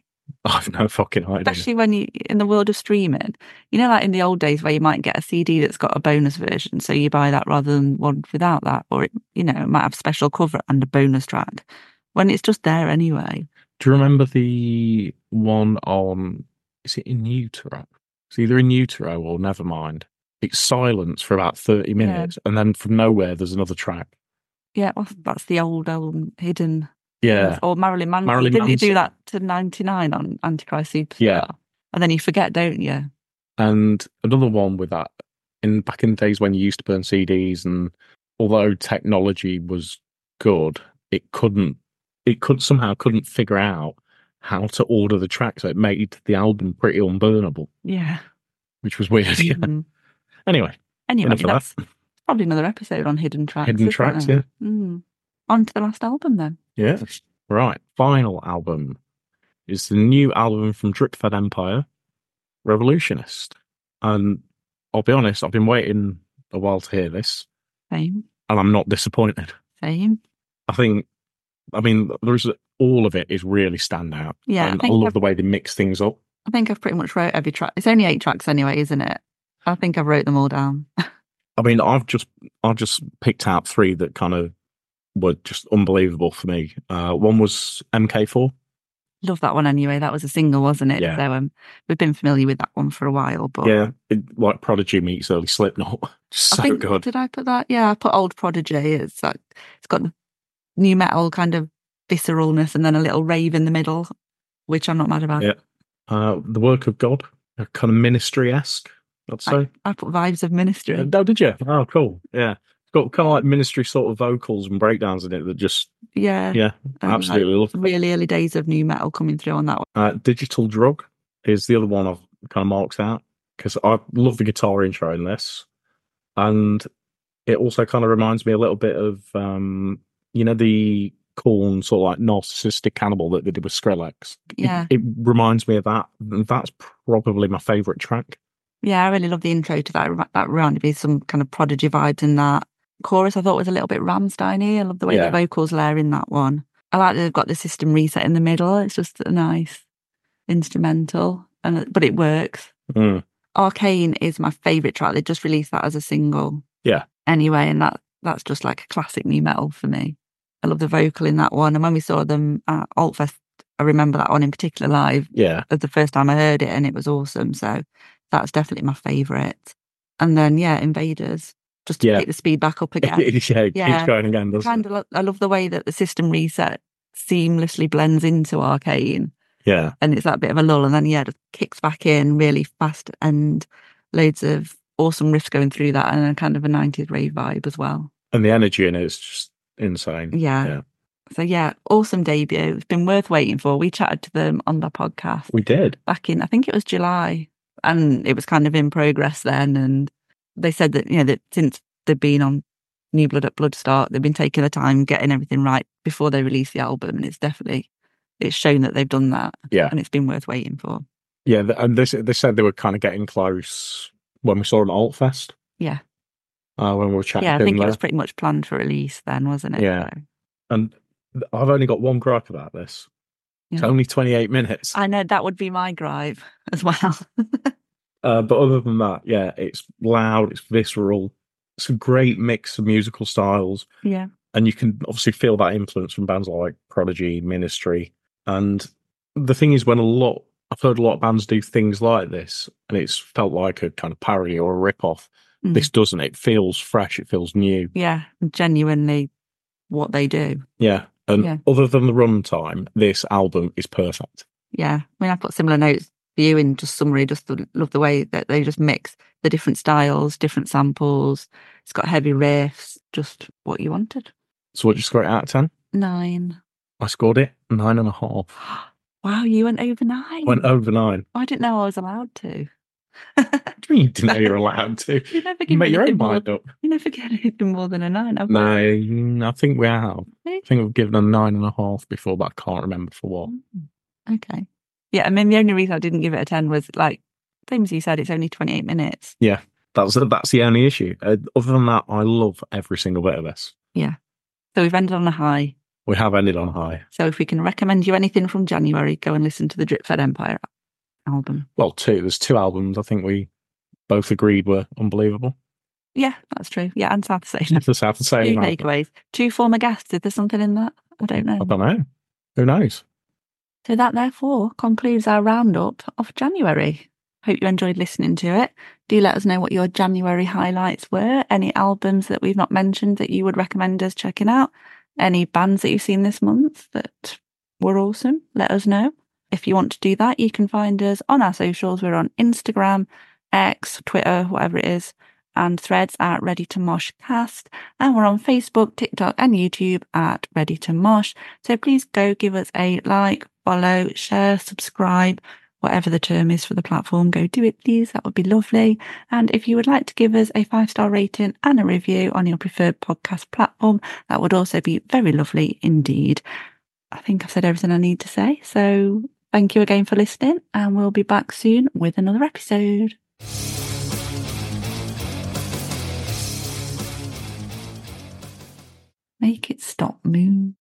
Speaker 1: I've no fucking idea.
Speaker 2: Especially when you in the world of streaming, you know, like in the old days where you might get a CD that's got a bonus version, so you buy that rather than one without that, or it, you know, it might have special cover and a bonus track when it's just there anyway.
Speaker 1: Do you remember the one on? Is it in utero? It's either in utero or never mind. It's silence for about thirty minutes, and then from nowhere there's another track.
Speaker 2: Yeah, well, that's the old um, hidden.
Speaker 1: Yeah,
Speaker 2: Or Marilyn Manson.
Speaker 1: Marilyn
Speaker 2: Didn't you do
Speaker 1: Manson.
Speaker 2: that to 99 on Antichrist Superstar?
Speaker 1: Yeah.
Speaker 2: And then you forget, don't you?
Speaker 1: and another one with that in back in the days when you used to burn CDs, and although technology was good, it couldn't, it could somehow couldn't figure out how to order the tracks. So it made the album pretty unburnable,
Speaker 2: Yeah.
Speaker 1: which was weird. Yeah.
Speaker 2: Mhm.
Speaker 1: Anyway,
Speaker 2: Anyway,
Speaker 1: enough of
Speaker 2: that's probably another episode on hidden tracks.
Speaker 1: hidden
Speaker 2: isn't
Speaker 1: tracks.
Speaker 2: it?
Speaker 1: Yeah,
Speaker 2: Mm. On to the last album then.
Speaker 1: yeah. Right, final album is the new album from Dripfed Empire, Revolutionist, and I'll be honest, I've been waiting a while to hear this,
Speaker 2: Same,
Speaker 1: and I'm not disappointed.
Speaker 2: same.
Speaker 1: I think, I mean, there's all of it is really stand out.
Speaker 2: Yeah, I
Speaker 1: and I,
Speaker 2: think
Speaker 1: love
Speaker 2: I've-
Speaker 1: the way they mix things up.
Speaker 2: I think I've pretty much wrote every track. It's only eight tracks anyway, isn't it? I think I've wrote them all down.
Speaker 1: I mean, I've just I've just picked out three that kind of were just unbelievable for me. Uh, one was MK4.
Speaker 2: Love that one anyway. That was a single, wasn't it?
Speaker 1: Yeah.
Speaker 2: So um, we've been familiar with that one for a while, but
Speaker 1: Yeah, it, like Prodigy meets early Slipknot. Just so
Speaker 2: Oh. I think
Speaker 1: good.
Speaker 2: did I put that? Yeah, I put old Prodigy. It's like it's got the new metal kind of visceralness and then a little rave in the middle, which I'm not mad about.
Speaker 1: Yeah. Uh, the work of God, kind of ministry esque. I'd say.
Speaker 2: I put vibes of ministry.
Speaker 1: Uh, Oh, did you? Oh, cool. Yeah, it's got kind of like ministry sort of vocals and breakdowns in it that just
Speaker 2: yeah.
Speaker 1: yeah,
Speaker 2: and, like,
Speaker 1: absolutely love.
Speaker 2: really early days of new metal coming through on that one.
Speaker 1: Uh, Digital Drug is the other one I've kind of marked out because I love the guitar intro in this, and it also kind of reminds me a little bit of um, you know the corn sort of like narcissistic cannibal that they did with Skrillex. It-
Speaker 2: Yeah.
Speaker 1: it, reminds me of that. and That's probably my favorite track.
Speaker 2: Yeah, I really love the intro to that. That reminded me of some kind of prodigy vibes in that chorus. I thought was a little bit Ramstein-y. I love the way
Speaker 1: Yeah.
Speaker 2: the vocals layer in that one. I like that they've got the system reset in the middle. It's just a nice instrumental, and but it works.
Speaker 1: Mm.
Speaker 2: Arcane is my favorite track. They just released that as a single.
Speaker 1: Yeah.
Speaker 2: Anyway, and that that's just like a classic new metal for me. I love the vocal in that one. And when we saw them at Altfest, I remember that one in particular live
Speaker 1: Yeah,
Speaker 2: as the first time I heard it, and it was awesome. So that's definitely my favorite. And then yeah, Invaders just to
Speaker 1: Yeah.
Speaker 2: pick the speed back up
Speaker 1: yeah,
Speaker 2: again.
Speaker 1: it yeah, it
Speaker 2: Yeah.
Speaker 1: keeps going again, doesn't
Speaker 2: kind
Speaker 1: it?
Speaker 2: of, lo- I love the way that the system reset seamlessly blends into Arcane
Speaker 1: Yeah,
Speaker 2: and it's that bit of a lull and then yeah it just kicks back in really fast and loads of awesome riffs going through that and a kind of a 90s rave vibe as well
Speaker 1: and the energy in it is just insane.
Speaker 2: yeah,
Speaker 1: Yeah.
Speaker 2: so yeah awesome debut it's been worth waiting for we chatted to them on the podcast
Speaker 1: We did.
Speaker 2: back in i think it was july and it was kind of in progress then and they said that you know that since they've been on new blood at bloodstart they've been taking their time getting everything right before they release the album and it's definitely it's shown that they've done that.
Speaker 1: Yeah.
Speaker 2: And it's been worth waiting for.
Speaker 1: Yeah, th- and this, they said they were kind of getting close when we saw them at Altfest.
Speaker 2: Yeah.
Speaker 1: Uh, when we were chatting
Speaker 2: yeah, I
Speaker 1: to
Speaker 2: think
Speaker 1: them
Speaker 2: it was
Speaker 1: there.
Speaker 2: pretty much planned for release then, wasn't it?
Speaker 1: Yeah.
Speaker 2: So-
Speaker 1: And th- I've only got one gripe about this. It's
Speaker 2: Yeah.
Speaker 1: only 28 minutes.
Speaker 2: I know that would be my gripe as well.
Speaker 1: Uh, but other than that, yeah, it's loud, it's visceral. It's a great mix of musical styles.
Speaker 2: yeah.
Speaker 1: and you can obviously feel that influence from bands like Prodigy, Ministry, and the thing is, when a lot I've heard a lot of bands do things like this, and it's felt like a kind of parody or a rip-off.
Speaker 2: Mm.
Speaker 1: This doesn't. It feels fresh. It feels new.
Speaker 2: Yeah. Genuinely what they do.
Speaker 1: Yeah. And
Speaker 2: Yeah.
Speaker 1: other than the runtime, this album is perfect.
Speaker 2: Yeah. I mean, I put similar notes for you in just summary, just the, love the way that they just mix the different styles, different samples. It's got heavy riffs, just what you wanted.
Speaker 1: So what did you score it out of ten?
Speaker 2: Nine.
Speaker 1: I scored it nine and a half.
Speaker 2: Wow, you went over nine.
Speaker 1: Went over nine.
Speaker 2: I didn't know I was allowed to.
Speaker 1: What do you mean you didn't know you're allowed to?
Speaker 2: You never give
Speaker 1: Make
Speaker 2: me
Speaker 1: your own
Speaker 2: anything more-
Speaker 1: mind up.
Speaker 2: You never get anything more than a nine. I've
Speaker 1: No, I think we have. I think we've given a nine and a half before, but I can't remember for what.
Speaker 2: Mm, Okay. Yeah, I mean, the only reason I didn't give it a 10 was like, same as you said, it's only 28 minutes.
Speaker 1: That's that's the only issue. Uh, other than that, I love every single bit of this.
Speaker 2: So we've ended on a high.
Speaker 1: We have ended on high.
Speaker 2: So if we can recommend you anything from January, go and listen to the Drip Fed Empire album.
Speaker 1: Well, two. There's two albums. I think we both agreed were unbelievable.
Speaker 2: Yeah, that's true. Yeah, and South Station.
Speaker 1: The South and
Speaker 2: Two
Speaker 1: Sailing album.
Speaker 2: takeaways. Two former guests. Did there something in that? I don't know.
Speaker 1: I don't know. Who knows?
Speaker 2: So that therefore concludes our roundup of January. Hope you enjoyed listening to it. Do let us know what your January highlights were, any albums that we've not mentioned that you would recommend us checking out, any bands that you've seen this month that were awesome, let us know. If you want to do that, you can find us on our socials. We're on Instagram, X, Twitter, whatever it is, and threads at Ready to Mosh Cast. And we're on Facebook, TikTok, and YouTube at Ready to Mosh. So please go give us a like, follow, share, subscribe, whatever the term is for the platform. Go do it, please. That would be lovely. And if you would like to give us a five star rating and a review on your preferred podcast platform, that would also be very lovely indeed. I think I've said everything I need to say. So thank you again for listening, and we'll be back soon with another episode. Make it stop move.